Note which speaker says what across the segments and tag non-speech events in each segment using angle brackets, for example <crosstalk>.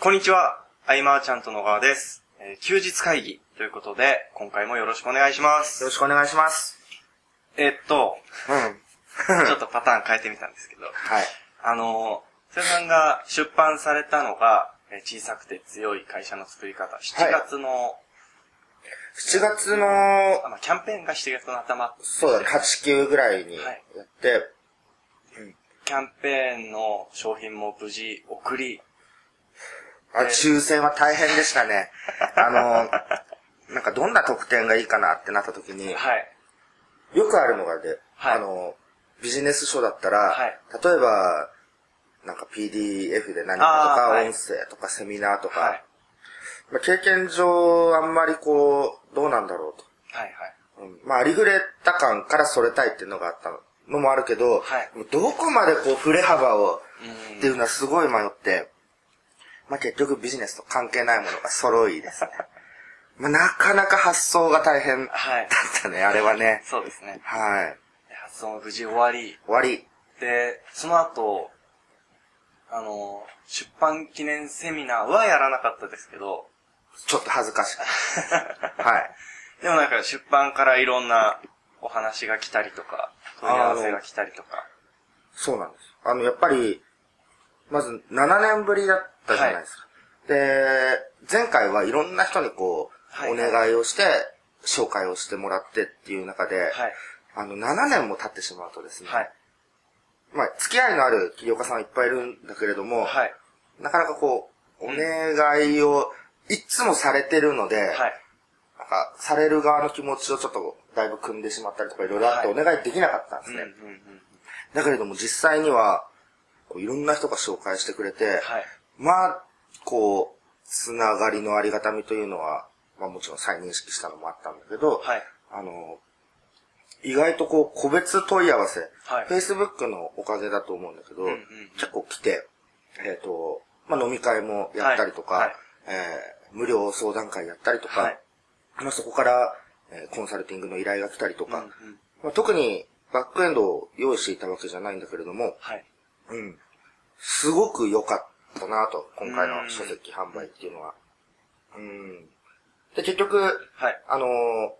Speaker 1: こんにちは。アイマーちゃんと野川です。えー休日会議ということで、今回もよろしくお願いしま
Speaker 2: よろ
Speaker 1: す。
Speaker 2: しくお願いします。
Speaker 1: えっと、
Speaker 2: うん。
Speaker 1: ちょっとパターン変えてみたんですけど、
Speaker 2: はい。
Speaker 1: あのー、瀬尾さんが出版されたのが、えー小さくて強い会社の作り方、7月の、
Speaker 2: 7月の
Speaker 1: あ、まあ、キャンペーンが7月の頭、
Speaker 2: そうだね、8、9ぐらいにや
Speaker 1: はい
Speaker 2: って、
Speaker 1: キャンペーンの商品も無事送り、
Speaker 2: あ、抽選は大変でした
Speaker 1: <laughs>
Speaker 2: ね。あの、なんかどんな特典がいいかなってなった時に、よ
Speaker 1: はい、
Speaker 2: くあるのがで、
Speaker 1: はい
Speaker 2: あの、ビジネス書だったら、
Speaker 1: はい
Speaker 2: 例えば、なんか PDF で何かと
Speaker 1: あー
Speaker 2: か、
Speaker 1: はい
Speaker 2: 音声とかセミナーとか、
Speaker 1: はい、
Speaker 2: まあ、経験上あんまりこう、どうなんだろうと。
Speaker 1: はい、
Speaker 2: うんまあ、ありふれた感からそれたいっていうのがあったのもあるけど、
Speaker 1: はい
Speaker 2: もうどこまでこう、振れ幅を
Speaker 1: はい。
Speaker 2: っていうのはすごい迷って、まあ、結局ビジネスと関係ないものが揃
Speaker 1: <laughs>
Speaker 2: いですね。まあ、なかなか発想が大変だっ
Speaker 1: はい。
Speaker 2: たね、あれはね。
Speaker 1: そうですね。
Speaker 2: はい。
Speaker 1: で発音無事終わり、
Speaker 2: 終わり。
Speaker 1: で、その後、あの、出版記念セミナーはやらなかったですけど、
Speaker 2: ちょっと恥ず
Speaker 1: <laughs>
Speaker 2: かしい。はい。
Speaker 1: でもなんか出版からいろんなお話が来たりとか、問い合わせが来たりとか。
Speaker 2: そうなんです。あの、やっぱり、まず7年ぶりだったじゃないですか。で、前回はいろんな人にこう、
Speaker 1: はい
Speaker 2: お願いをして、紹介をしてもらってっていう中で、
Speaker 1: はい。
Speaker 2: あの、7年も経ってしまうとですね、
Speaker 1: はい。
Speaker 2: まあ、付き合いのある起業家さんはいっぱいいるんだけれども、
Speaker 1: はい。
Speaker 2: なかなかこう、お願いをいつもされてるので、
Speaker 1: はい。
Speaker 2: なんか、される側の気持ちをちょっとだいぶ組んでしまったりとかいろいろあって
Speaker 1: は
Speaker 2: お
Speaker 1: い
Speaker 2: 願いできなかったんですね。
Speaker 1: うんうんうん
Speaker 2: だけれども実際には、こういろんな人が紹介してくれて、
Speaker 1: はい。
Speaker 2: まあ、こう、つながりのありがたみというのは、まあもちろん再認識したのもあったんだけど、
Speaker 1: はい。
Speaker 2: あの、意外とこう、個別問い合わせ、
Speaker 1: はい。
Speaker 2: Facebook のおかげだと思うんだけど、
Speaker 1: うんうん
Speaker 2: 結構来て、えっ、と、まあ、飲み会もやったりとか、
Speaker 1: はいはい
Speaker 2: えー無料相談会やったりとか、
Speaker 1: はい
Speaker 2: まあ、そこから、えーコンサルティングの依頼が来たりと
Speaker 1: うん
Speaker 2: か、
Speaker 1: うん
Speaker 2: まあ、特にバックエンドを用意していたわけじゃないんだけれども、
Speaker 1: はい。
Speaker 2: うん、すごく良かったなと、今回の書籍販売っていうのは。うん。で、結局、
Speaker 1: はい。
Speaker 2: あのー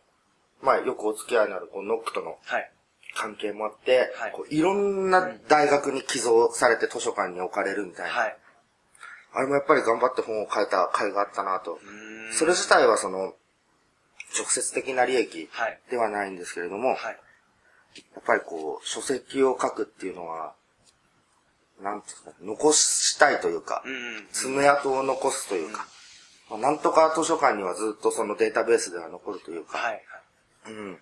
Speaker 2: まあ、よくお付き合いのあるこうノックとの
Speaker 1: はい。
Speaker 2: 関係もあって、
Speaker 1: はい
Speaker 2: い、こういろんな大学に寄贈されて図書館に置かれるみたいな。
Speaker 1: はい。
Speaker 2: あれもやっぱり頑張って本を書いた甲斐があったなと。
Speaker 1: うーん
Speaker 2: それ自体はその、直接的な利益
Speaker 1: はい。
Speaker 2: ではないんですけれども、
Speaker 1: はい。
Speaker 2: やっぱりこう、書籍を書くっていうのは、なんていうんですか、残したいというか
Speaker 1: う、んうん。
Speaker 2: 爪痕を残すというか、まあなんとか図書館にはずっとそのデータベースでは残るというか、
Speaker 1: はい。はい。
Speaker 2: うん。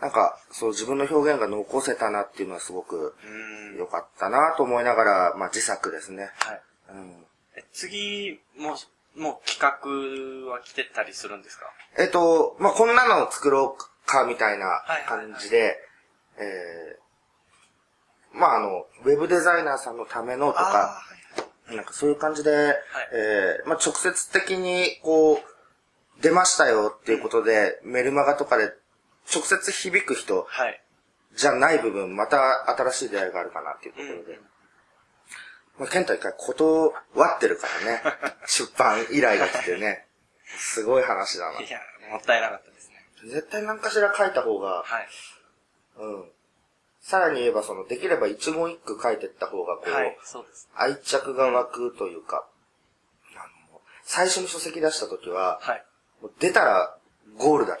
Speaker 2: なんか、そう自分の表現が残せたなっていうのはすごく
Speaker 1: うーん。
Speaker 2: 良かったなと思いながら、まあ自作ですね。
Speaker 1: はい。
Speaker 2: うん、
Speaker 1: え次、もう、もう企画は来てたりするんですか
Speaker 2: えっと、まあこんなのを作ろうかみたいない
Speaker 1: はいはい
Speaker 2: 感じで、えーまああの、ウェブデザイナーさんのためのと
Speaker 1: あ
Speaker 2: か、
Speaker 1: ーはい
Speaker 2: なんかそういう感じで、えーまあ、直接的に、こう、出ましたよっていうことで、メルマガとかで直接響く人
Speaker 1: はい。はい。
Speaker 2: じゃない部分、また新しい出会いがあるかなっていうところ
Speaker 1: うん
Speaker 2: で。まあ、ケンタ一回断ってるからね。
Speaker 1: <laughs>
Speaker 2: 出版依頼が来てね。すごい話だな。
Speaker 1: いや、もったいなかったですね。
Speaker 2: 絶対何かしら書いた方が、
Speaker 1: はい。
Speaker 2: うん。さらに言えば、その、できれば一言一句書いてった方が、こう、
Speaker 1: はい、そうです。
Speaker 2: 愛着が湧くというか、あの最初に書籍出した時は、
Speaker 1: はい。
Speaker 2: もう出たらゴールだ。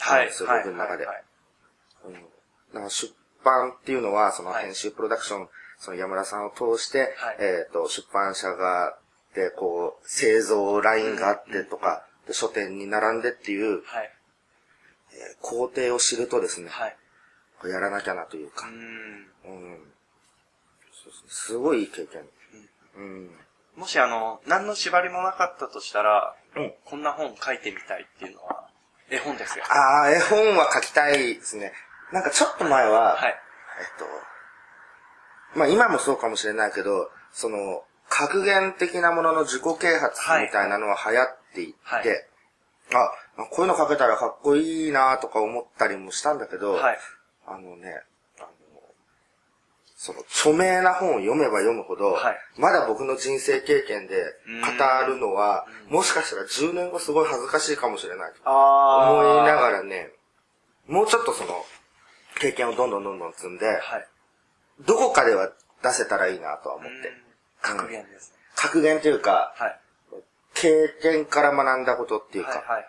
Speaker 1: は。
Speaker 2: はいいそう
Speaker 1: はい
Speaker 2: 僕の中で
Speaker 1: はい
Speaker 2: うん、だから出版っていうのは、その
Speaker 1: はい
Speaker 2: 編集プロダクション、その山田さんを通して、
Speaker 1: はい
Speaker 2: えっ、と、出版社が、で、こう、製造ラインがあってとか、で書店に並んでっていう、
Speaker 1: はい。
Speaker 2: えー工程を知るとですね、
Speaker 1: はい。
Speaker 2: こうやらなきゃなという
Speaker 1: う
Speaker 2: か、
Speaker 1: ん。
Speaker 2: うん。そうですねすごいいい経験。うん。
Speaker 1: もしあの、何の縛りもなかったとしたら、
Speaker 2: うん
Speaker 1: こんな本書いてみたいっていうのは、絵本ですよ。
Speaker 2: ああ、絵本は書きたいですね。なんかちょっと前は、
Speaker 1: はい。
Speaker 2: えっと、まあ今もそうかもしれないけど、その、格言的なものの自己啓発みたいなのは流行っていって、
Speaker 1: はい
Speaker 2: あ、こういうの書けたらかっこいいなとか思ったりもしたんだけど、
Speaker 1: はい。
Speaker 2: あのね、あの、その著名な本を読めば読むほど、
Speaker 1: はい
Speaker 2: まだ僕の人生経験で語るのは、もしかしたら10年後すごい恥ずかしいかもしれないと
Speaker 1: あ
Speaker 2: 思いなが
Speaker 1: ら。
Speaker 2: らね、もうちょっとその、経験をどんどんどんどん積んで、
Speaker 1: はい。
Speaker 2: どこかでは出せたらいいなとは思って。
Speaker 1: 格言ですね。
Speaker 2: 格言というか、
Speaker 1: はい。
Speaker 2: 経験から学んだことっていうか、
Speaker 1: はいはいはい。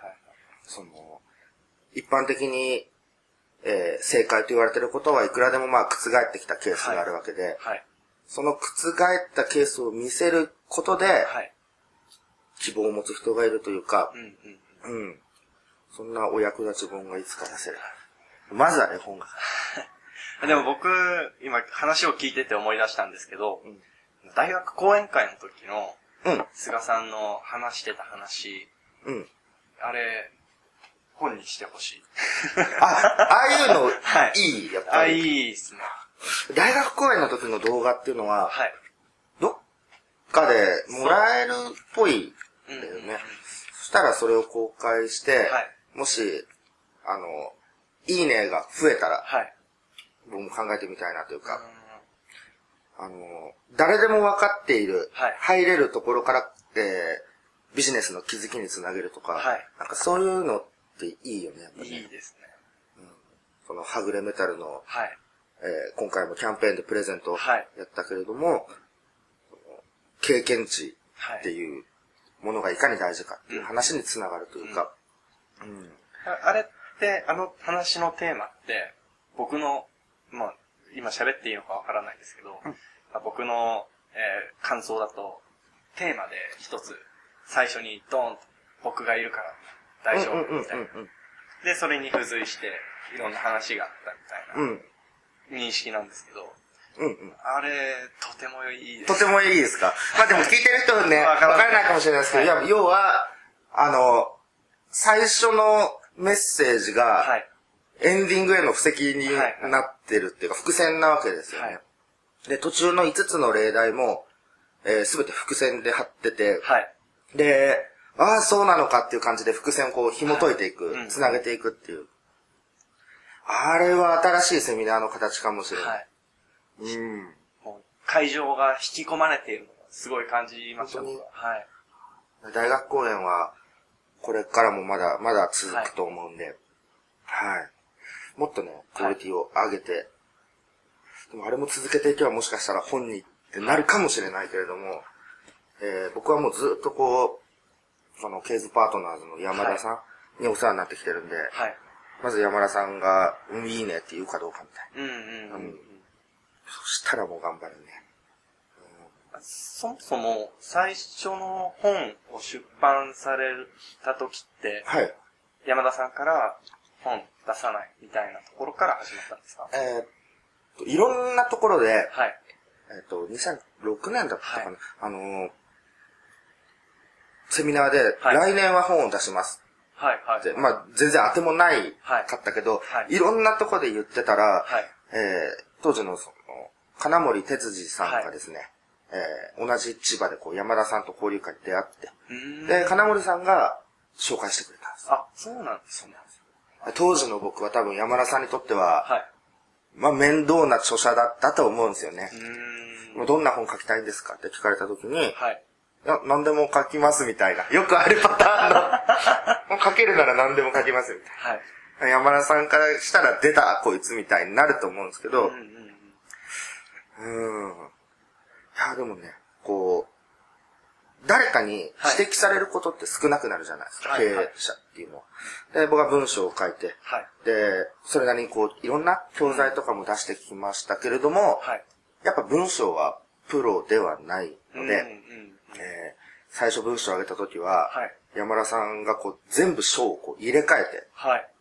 Speaker 2: その、一般的に、えー正解と言われてることはいくらでもまあ覆ってきたケースがあるわけで、
Speaker 1: はい。
Speaker 2: その覆ったケースを見せることで、
Speaker 1: はい。
Speaker 2: 希望を持つ人がいるというか
Speaker 1: う、んうん。
Speaker 2: うん。そんなお役立ち本がいつか出せる。まずはね、本が。
Speaker 1: でも僕、今話を聞いてて思い出したんですけど、
Speaker 2: ん
Speaker 1: 大学講演会の時の
Speaker 2: うん、
Speaker 1: 菅さんの話してた話、
Speaker 2: うん。
Speaker 1: あれ、本にしてほしい。
Speaker 2: あ、ああいうの、
Speaker 1: <laughs> はい
Speaker 2: いい、やっ
Speaker 1: あ、
Speaker 2: ぱり。
Speaker 1: いいですね。
Speaker 2: 大学公演の時の動画っていうのは、
Speaker 1: はい。
Speaker 2: どっかでもらえるっぽい
Speaker 1: うんん
Speaker 2: だよ
Speaker 1: うんうん
Speaker 2: ね。そしたらそれを公開して、
Speaker 1: い
Speaker 2: もし、あの、いいねが増えたら、
Speaker 1: はい。
Speaker 2: 僕も考えてみたいなという
Speaker 1: う
Speaker 2: か、
Speaker 1: ん
Speaker 2: あの、誰でも分かっている、
Speaker 1: はい
Speaker 2: 入れるところから、えービジネスの気づきにつなげるとか、
Speaker 1: はい
Speaker 2: なんかそういうのっていいよね、やっぱね。
Speaker 1: いいですね。
Speaker 2: その、はぐれメタルの、
Speaker 1: はい。
Speaker 2: えー今回もキャンペーンでプレゼントを
Speaker 1: はい
Speaker 2: やったけれども、その経験値
Speaker 1: は
Speaker 2: って
Speaker 1: い。
Speaker 2: いうものがいかに大事かっていう話につながるというか、うん
Speaker 1: ああれって、あの話のテーマって、僕の、まあ、今喋っていいのかわからないですけど、まあ僕の、えー感想だと、テーマで一つ、最初にドーンと、僕がいるから大丈
Speaker 2: うんうん
Speaker 1: 夫
Speaker 2: うん
Speaker 1: みたいな。で、それに付随して、いろんな話があった
Speaker 2: う
Speaker 1: み
Speaker 2: ん。
Speaker 1: たいな認識なんですけど、
Speaker 2: うんうん。
Speaker 1: あれ、とてもいいです。
Speaker 2: とてもいいですか。まあでも聞いてる人はね、わ
Speaker 1: わか
Speaker 2: か
Speaker 1: らない
Speaker 2: らないかもしれないですけど、
Speaker 1: はい
Speaker 2: いや、要は、あの、最初のメッセージ
Speaker 1: は
Speaker 2: が、
Speaker 1: い。
Speaker 2: エンディングへの布石に
Speaker 1: はいはい
Speaker 2: なってるっていうか、伏線なわけですよ
Speaker 1: は
Speaker 2: ね
Speaker 1: い。
Speaker 2: で、途中の5つの例題も、えすべて伏線で貼ってて、
Speaker 1: はい。
Speaker 2: で、ああ、そうなのかっていう感じで伏線をこう紐解いていく
Speaker 1: は、いうん
Speaker 2: つなげていくっていう。あれは新しいセミナーの形かもしれ
Speaker 1: は
Speaker 2: ない。
Speaker 1: い。
Speaker 2: うん。
Speaker 1: もう会場が引き込まれているのがすごい感じました。
Speaker 2: 本当に
Speaker 1: はい。
Speaker 2: 大学公演は、これからもまだ、まだ続くと思うんで、はい。もっとね、クオリティを上げて、でもあれも続けていけばもしかしたら本にってなるかもしれないけれども、えー僕はもうずっとこう、その、ケーズパートナーズの山田さんにお世話になってきてるんで、
Speaker 1: はい。
Speaker 2: まず山田さんが、うん、いいねって言うかどうかみたいな。
Speaker 1: うんうんうん。
Speaker 2: うんそしたらもう頑張るね。
Speaker 1: そもそも、最初の本を出版された時って、
Speaker 2: はい。
Speaker 1: 山田さんから本出さないみたいなところから始まったんですか
Speaker 2: えーっと、いろんなところで、
Speaker 1: はい。
Speaker 2: えっ、と、2006年だったかな。あのーセミナーで、
Speaker 1: はい
Speaker 2: 来年は本を出します
Speaker 1: はいは
Speaker 2: っ
Speaker 1: い。
Speaker 2: て、まあ、全然当てもない
Speaker 1: はい
Speaker 2: かったけど、
Speaker 1: はい
Speaker 2: い、ろんなとこで言ってたら、
Speaker 1: はい。
Speaker 2: えー当時のその、金森哲司さんがですね、えー同じ千葉でこう山田さんと交流会で出会って、
Speaker 1: うーん。
Speaker 2: で、金森さんが紹介してくれたんです。
Speaker 1: あ、そうなんですね。
Speaker 2: 当時の僕は多分山田さんにとっては、
Speaker 1: はい。
Speaker 2: まあ面倒な著者だったと思うんですよね
Speaker 1: う。ーん。
Speaker 2: どんな本書きたいんですかって聞かれた時に、
Speaker 1: はい。
Speaker 2: いや、何でも書きますみたいな。 <laughs> よくあるパタ
Speaker 1: <laughs>
Speaker 2: ーンの。もう書けるなら何でも書きますみた
Speaker 1: は
Speaker 2: い
Speaker 1: い。
Speaker 2: な。山田さんからしたら出たこいつみたいになると思うんですけ
Speaker 1: う
Speaker 2: ど、うん
Speaker 1: うんうん。
Speaker 2: ん。いや、でもね、こう、誰かに指摘されることって少なくなるじゃないですか、
Speaker 1: はい
Speaker 2: 経営者っていうのは。で、僕は文章を書いて、
Speaker 1: はい。
Speaker 2: で、それなりにこう、いろんな教材とかも出してきましたけれども、
Speaker 1: はい。
Speaker 2: やっぱ文章はプロではない
Speaker 1: うん
Speaker 2: ので、
Speaker 1: うんうん。
Speaker 2: えー最初文章を上げた時は、
Speaker 1: はい
Speaker 2: 山田さんがこう全部章をこう入れ替えて、
Speaker 1: はい。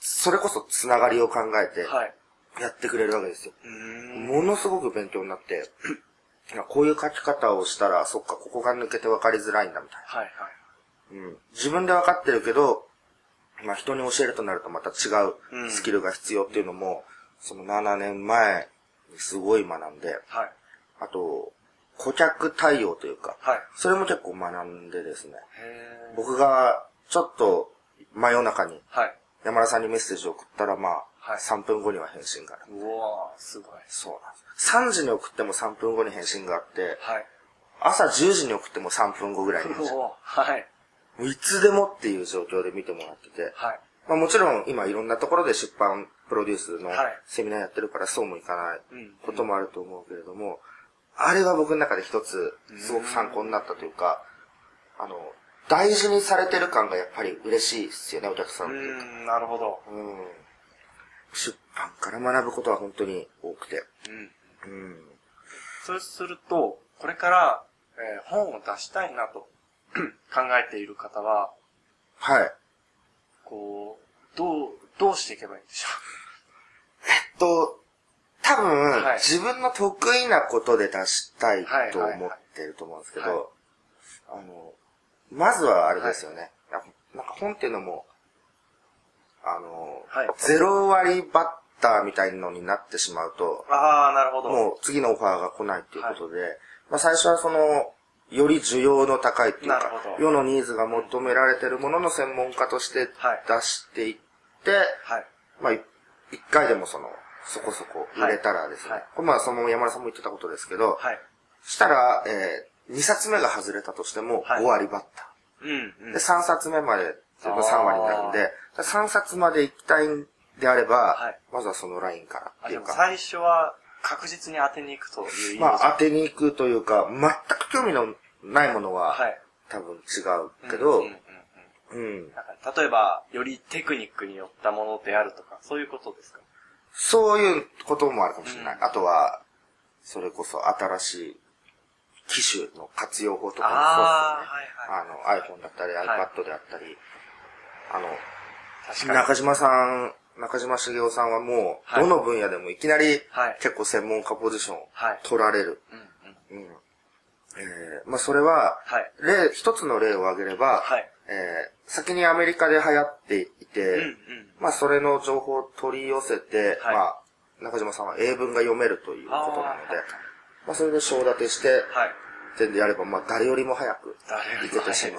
Speaker 2: それこそつながりを考えて
Speaker 1: はい。
Speaker 2: やってくれるわけですよ。
Speaker 1: うーん。
Speaker 2: ものすごく勉強になって、 <clears throat> いやこういう書き方をしたら、そっか、ここが抜けて分かりづらいんだみたい
Speaker 1: はいはい。
Speaker 2: な。うん、自分で分かってるけど、まあ人に教えるとなるとまた違うスキルが必要っていうのも、その7年前にすごい学んで、
Speaker 1: はい。
Speaker 2: あと、顧客対応というか、
Speaker 1: はい。
Speaker 2: それも結構学んでですね。
Speaker 1: へー。
Speaker 2: 僕がちょっと真夜中に
Speaker 1: はい。
Speaker 2: 山田さんにメッセージを送ったらまあ、
Speaker 1: はい
Speaker 2: 3分後には返信がある。
Speaker 1: うわー、すごい。
Speaker 2: そうなんです。 3時に送っても3分後に返信があって、
Speaker 1: はい。
Speaker 2: 朝10時に送っても3分後ぐらいに返
Speaker 1: <laughs>
Speaker 2: 信。
Speaker 1: おーはい。
Speaker 2: もういつでもっていう状況で見てもらってて。
Speaker 1: はい。
Speaker 2: まあもちろん今いろんなところで出版、プロデュースの
Speaker 1: はい
Speaker 2: セミナーやってるからそうもいかない
Speaker 1: うん
Speaker 2: こともあると思うけれども、あれは僕の中で一つすごく参考になったというか、あの、大事にされてる感がやっぱり嬉しいですよね、お客さ
Speaker 1: うん
Speaker 2: の。
Speaker 1: ーん、なるほど。
Speaker 2: うん出版から学ぶことは本当に多くて。
Speaker 1: うん。
Speaker 2: うん。
Speaker 1: そうすると、これから、えー本を出したいなと <clears throat> 考えている方は、
Speaker 2: はい。
Speaker 1: こう、どう、どうしていけばいいんでしょ
Speaker 2: と、多分、
Speaker 1: はい
Speaker 2: 自分の得意なことで出したい
Speaker 1: はい
Speaker 2: と
Speaker 1: はいはい
Speaker 2: 思ってると思うんですけど、
Speaker 1: はい
Speaker 2: あの、まずはあれですよね。なんか本っていうのも、あの、
Speaker 1: はい
Speaker 2: ゼロ割バッターみたいのになってしまうと、
Speaker 1: う。ああ、なるほど。
Speaker 2: もう次のオファーが来ないっていうことで、まあ最初はその、より需要の高いっていう
Speaker 1: な
Speaker 2: か
Speaker 1: るほ、ど
Speaker 2: 世のニーズが求められてるものの専門家として
Speaker 1: はい
Speaker 2: 出していって、
Speaker 1: はい。
Speaker 2: まあ、い一回でもその、そこそこ売れたらですね、
Speaker 1: はいはい
Speaker 2: これまあその山田さんも言ってたことですけど、
Speaker 1: はい。
Speaker 2: したら、えー、2冊目が外れたとしても
Speaker 1: はい
Speaker 2: 5割バッター。
Speaker 1: うん、うん。
Speaker 2: で、3冊目まで、
Speaker 1: あー
Speaker 2: 3割になるんで、3冊まで行きたいんであれば、
Speaker 1: はい
Speaker 2: まずはそのラインからっ
Speaker 1: あ、
Speaker 2: てい
Speaker 1: で
Speaker 2: う
Speaker 1: も
Speaker 2: か。
Speaker 1: 最初は確実に当てに行くという意味
Speaker 2: ま
Speaker 1: で。
Speaker 2: あ、当てに行くというか、全く興味のないもの
Speaker 1: は
Speaker 2: は、
Speaker 1: い。
Speaker 2: 多分違うけど、
Speaker 1: う
Speaker 2: うん
Speaker 1: うんうん
Speaker 2: ん。
Speaker 1: なんか例えば、よりテクニックによったものであるとか、そういうことですか
Speaker 2: そういうこともあるかもしれない。
Speaker 1: うん
Speaker 2: あとは、それこそ新しい機種の活用法とか
Speaker 1: あ
Speaker 2: も
Speaker 1: ー
Speaker 2: そうですよね。あの、iPhone だったり、
Speaker 1: はい
Speaker 2: iPad であったり、
Speaker 1: 確
Speaker 2: あの、
Speaker 1: かに。
Speaker 2: 中島さん、中島茂雄さんはもう、
Speaker 1: はい
Speaker 2: どの分野でもいきなり
Speaker 1: はい、
Speaker 2: 結構専門家ポジションを
Speaker 1: はい。
Speaker 2: 取られる。
Speaker 1: うん、うん。
Speaker 2: うん。えーまあそれは、
Speaker 1: はい。
Speaker 2: 例、一つの例を挙げれば、
Speaker 1: はい
Speaker 2: えー先にアメリカで流行っていて、
Speaker 1: うん、うん。
Speaker 2: まあそれの情報を取り寄せて、
Speaker 1: はい
Speaker 2: まあ中島さんは英文が読めるということなので、
Speaker 1: あ
Speaker 2: まあそれで章立てして、
Speaker 1: ーはい。
Speaker 2: 全でやればまあ誰よりも早く
Speaker 1: 誰より
Speaker 2: い
Speaker 1: も
Speaker 2: け
Speaker 1: 早い
Speaker 2: て
Speaker 1: です
Speaker 2: し
Speaker 1: ね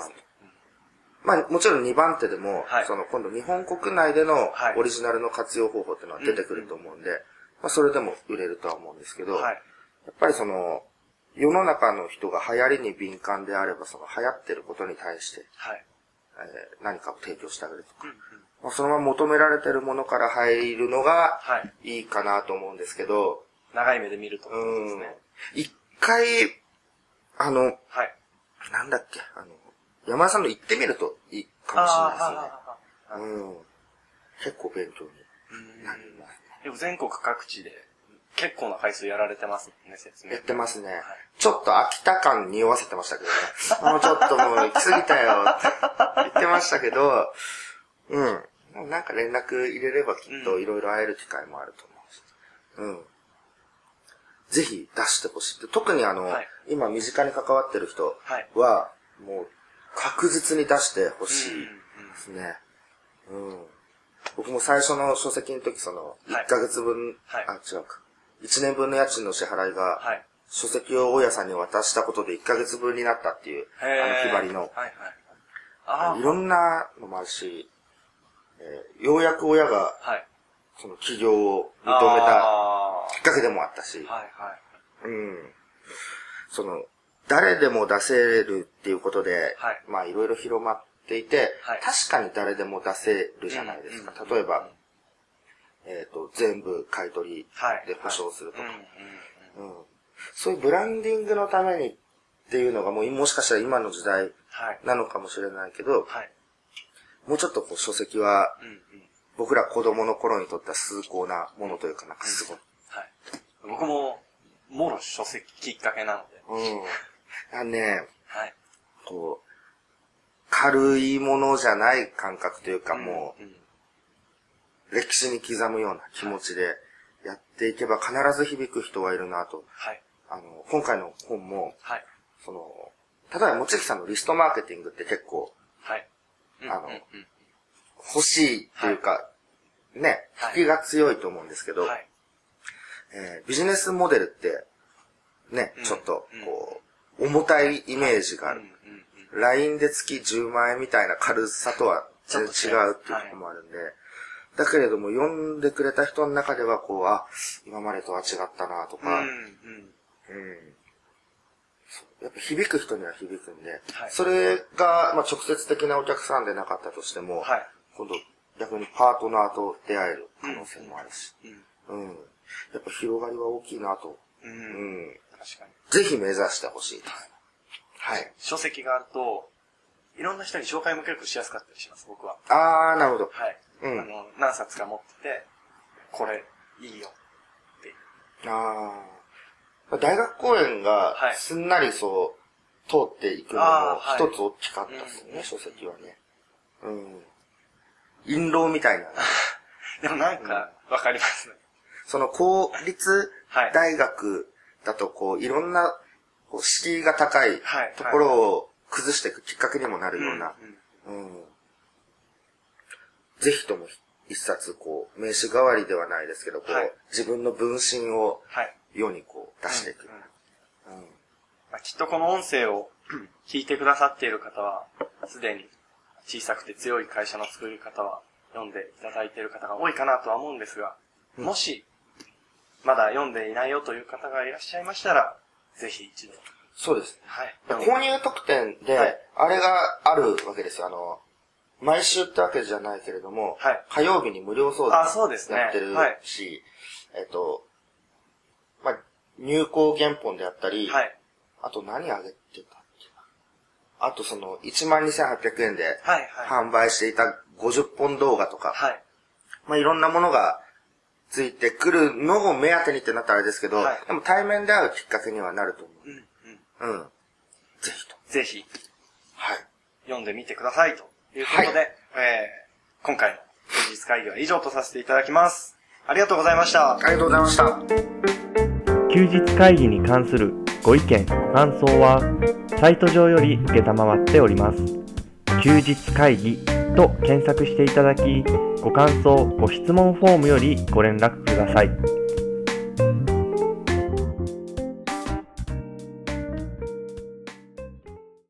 Speaker 2: まう。まあもちろん2番手でも、
Speaker 1: はい
Speaker 2: その今度日本国内での
Speaker 1: はい
Speaker 2: オリジナルの活用方法っていうのは出てくると思うんで、まあそれでも売れるとは思うんですけど、
Speaker 1: はい。
Speaker 2: やっぱりその、世の中の人が流行りに敏感であれば、その流行ってることに対して、
Speaker 1: はい。
Speaker 2: えー何かを提供してあげると
Speaker 1: う
Speaker 2: か、
Speaker 1: ん、うん。
Speaker 2: まあ、そのまま求められてるものから入るのが
Speaker 1: はい。
Speaker 2: いいかなと思うんですけど、
Speaker 1: 長い目で見ると。
Speaker 2: う
Speaker 1: です
Speaker 2: ん
Speaker 1: ね。
Speaker 2: 一回、あの、
Speaker 1: はい。
Speaker 2: なんだっけ、あの、山田さんの行ってみるといいかもしれないですね。うん、結構勉強になります。
Speaker 1: ーでも全国各地で結構な回数やられてますね、説明。
Speaker 2: やってますね
Speaker 1: はい。
Speaker 2: ちょっと秋田感匂わせてましたけどね。もうちょっともう行き過ぎたよって言ってましたけど、うん。なんか連絡入れればきっといろいろ会える機会もあると思うし。うん。ぜひ出してほしいって。特にあの、
Speaker 1: はい
Speaker 2: 今身近に関わってる人
Speaker 1: はい
Speaker 2: は、もう確実に出してほしい
Speaker 1: うんうんうん
Speaker 2: ですね。うん。僕も最初の書籍の時その、
Speaker 1: はい
Speaker 2: 1ヶ月分、
Speaker 1: はい
Speaker 2: あ、違うか。1年分の家賃の支払いが、
Speaker 1: はい。
Speaker 2: 書籍を大家さんに渡したことで1ヶ月分になったっていう、あ
Speaker 1: へー
Speaker 2: の、ひばり
Speaker 1: はい
Speaker 2: の。
Speaker 1: はい。あ
Speaker 2: い
Speaker 1: ー
Speaker 2: ろんなのもあるし、えーようやく親が、
Speaker 1: はい。
Speaker 2: その起業を認めた
Speaker 1: あ
Speaker 2: きっかけでもあったし
Speaker 1: ー、はいはい。
Speaker 2: うん。その、誰でも出せるっていうことで、
Speaker 1: はい
Speaker 2: まあいろいろ広まっていて、
Speaker 1: はい
Speaker 2: 確かに誰でも出せるじゃないですか。
Speaker 1: うんうん
Speaker 2: 例えば、えっ、と、全部買い取り
Speaker 1: はい。
Speaker 2: で保証するとか、
Speaker 1: はいうんうん
Speaker 2: うんそういうブランディングのためにっていうのがもうもしかしたら今の時代
Speaker 1: はい。
Speaker 2: なのかもしれないけど、
Speaker 1: はい。
Speaker 2: もうちょっとこう書籍は
Speaker 1: うんうん。
Speaker 2: 僕ら子供の頃にとっては崇高なものというかなんかすごい。
Speaker 1: はい。僕も、もろ書籍きっかけなので。
Speaker 2: うん。あのね、
Speaker 1: はい。
Speaker 2: こう、軽いものじゃない感覚というかも
Speaker 1: うんうん
Speaker 2: う歴史に刻むような気持ちでやっていけば必ず響く人はいるなと。
Speaker 1: はい。
Speaker 2: あの、今回の本も、
Speaker 1: はい。
Speaker 2: その、例えば、もちきさんのリストマーケティングって結構
Speaker 1: はい。うん
Speaker 2: あの
Speaker 1: うんうん
Speaker 2: 欲しいっていうか、ね、
Speaker 1: はい
Speaker 2: 引きが強いと思うんですけど、
Speaker 1: はい。
Speaker 2: えービジネスモデルって、ね、
Speaker 1: うん
Speaker 2: ちょっと、こう、重たいイメージがあ
Speaker 1: うん
Speaker 2: る
Speaker 1: う。んうん。
Speaker 2: LINE で月10万円みたいな軽さとは全然違うっていうところもあるんで、だけれども、読んでくれた人の中では、こう、あ、今までとは違ったな、と
Speaker 1: うん、
Speaker 2: か、
Speaker 1: うん。
Speaker 2: うんそうやっぱ響く人には響くんで、
Speaker 1: はい
Speaker 2: それが、まあ、直接的なお客さんでなかったとしても、
Speaker 1: はい。
Speaker 2: 今度逆にパートナーと出会える可能性もあるし、
Speaker 1: うん。
Speaker 2: うんやっぱ広がりは大きいなと、う
Speaker 1: うん。
Speaker 2: ん
Speaker 1: 確かに。
Speaker 2: ぜひ目指してほしいと。はい。
Speaker 1: 書籍があると、いろんな人に紹介も結構しやすかったりします、僕は。
Speaker 2: あー、なるほど。
Speaker 1: はい。
Speaker 2: うん
Speaker 1: あの、何冊か持ってて、これ、いいよって。
Speaker 2: あー大学公演が
Speaker 1: はい
Speaker 2: すんなりそう、通っていくのも
Speaker 1: あーはい
Speaker 2: 一つ大きかったですよね、
Speaker 1: うん
Speaker 2: 書籍はね。うん。印籠み
Speaker 1: <laughs>
Speaker 2: たいな。
Speaker 1: でもなんか、わかりますね。
Speaker 2: その公立
Speaker 1: はい
Speaker 2: 大学だとこう、いろんなこう敷居が高い
Speaker 1: はい
Speaker 2: ところを崩していくきっかけにもなるような。
Speaker 1: んん
Speaker 2: うん。ぜひとも一冊こう、名刺代わりではないですけど、こう、
Speaker 1: はい
Speaker 2: 自分の分身を
Speaker 1: はい。
Speaker 2: 世にこう出していく
Speaker 1: うん。うん
Speaker 2: うん
Speaker 1: まあ、きっとこの音声を <clears throat> 聞いてくださっている方は、すでに小さくて強い会社の作り方は読んでいただいている方が多いかなとは思うんですが、
Speaker 2: うん
Speaker 1: もし、まだ読んでいないよという方がいらっしゃいましたら、ぜひ一度。
Speaker 2: そうです。
Speaker 1: はい。
Speaker 2: 購入特典で
Speaker 1: はい、
Speaker 2: あれがあるわけですよ。あの、毎週ってわけじゃないけれども、
Speaker 1: はい
Speaker 2: 火曜日に無料相談
Speaker 1: あそうですね
Speaker 2: やってる
Speaker 1: はい
Speaker 2: し、えっと、まあ、入校原本であったり、
Speaker 1: はい。
Speaker 2: あと何あげてたっけなあとその、12,800円で
Speaker 1: はい。はい。
Speaker 2: 販売していた50本動画とか、
Speaker 1: はい。
Speaker 2: まあ、いろんなものがついてくるのを目当てにってなったらあれですけど、
Speaker 1: はい
Speaker 2: でも対面で会うきっかけにはなると思
Speaker 1: うん。うん。
Speaker 2: う。うん。ぜひと。
Speaker 1: ぜひ、
Speaker 2: はい。
Speaker 1: 読んでみてください。ということで、
Speaker 2: は
Speaker 1: えー今回の本日会議は以上とさせていただきます。ありがとうございました。
Speaker 2: ありがとうございました。
Speaker 3: 休日会議に関するご意見感想はサイト上より承っております休日会議と検索していただきご感想ご質問フォームよりご連絡ください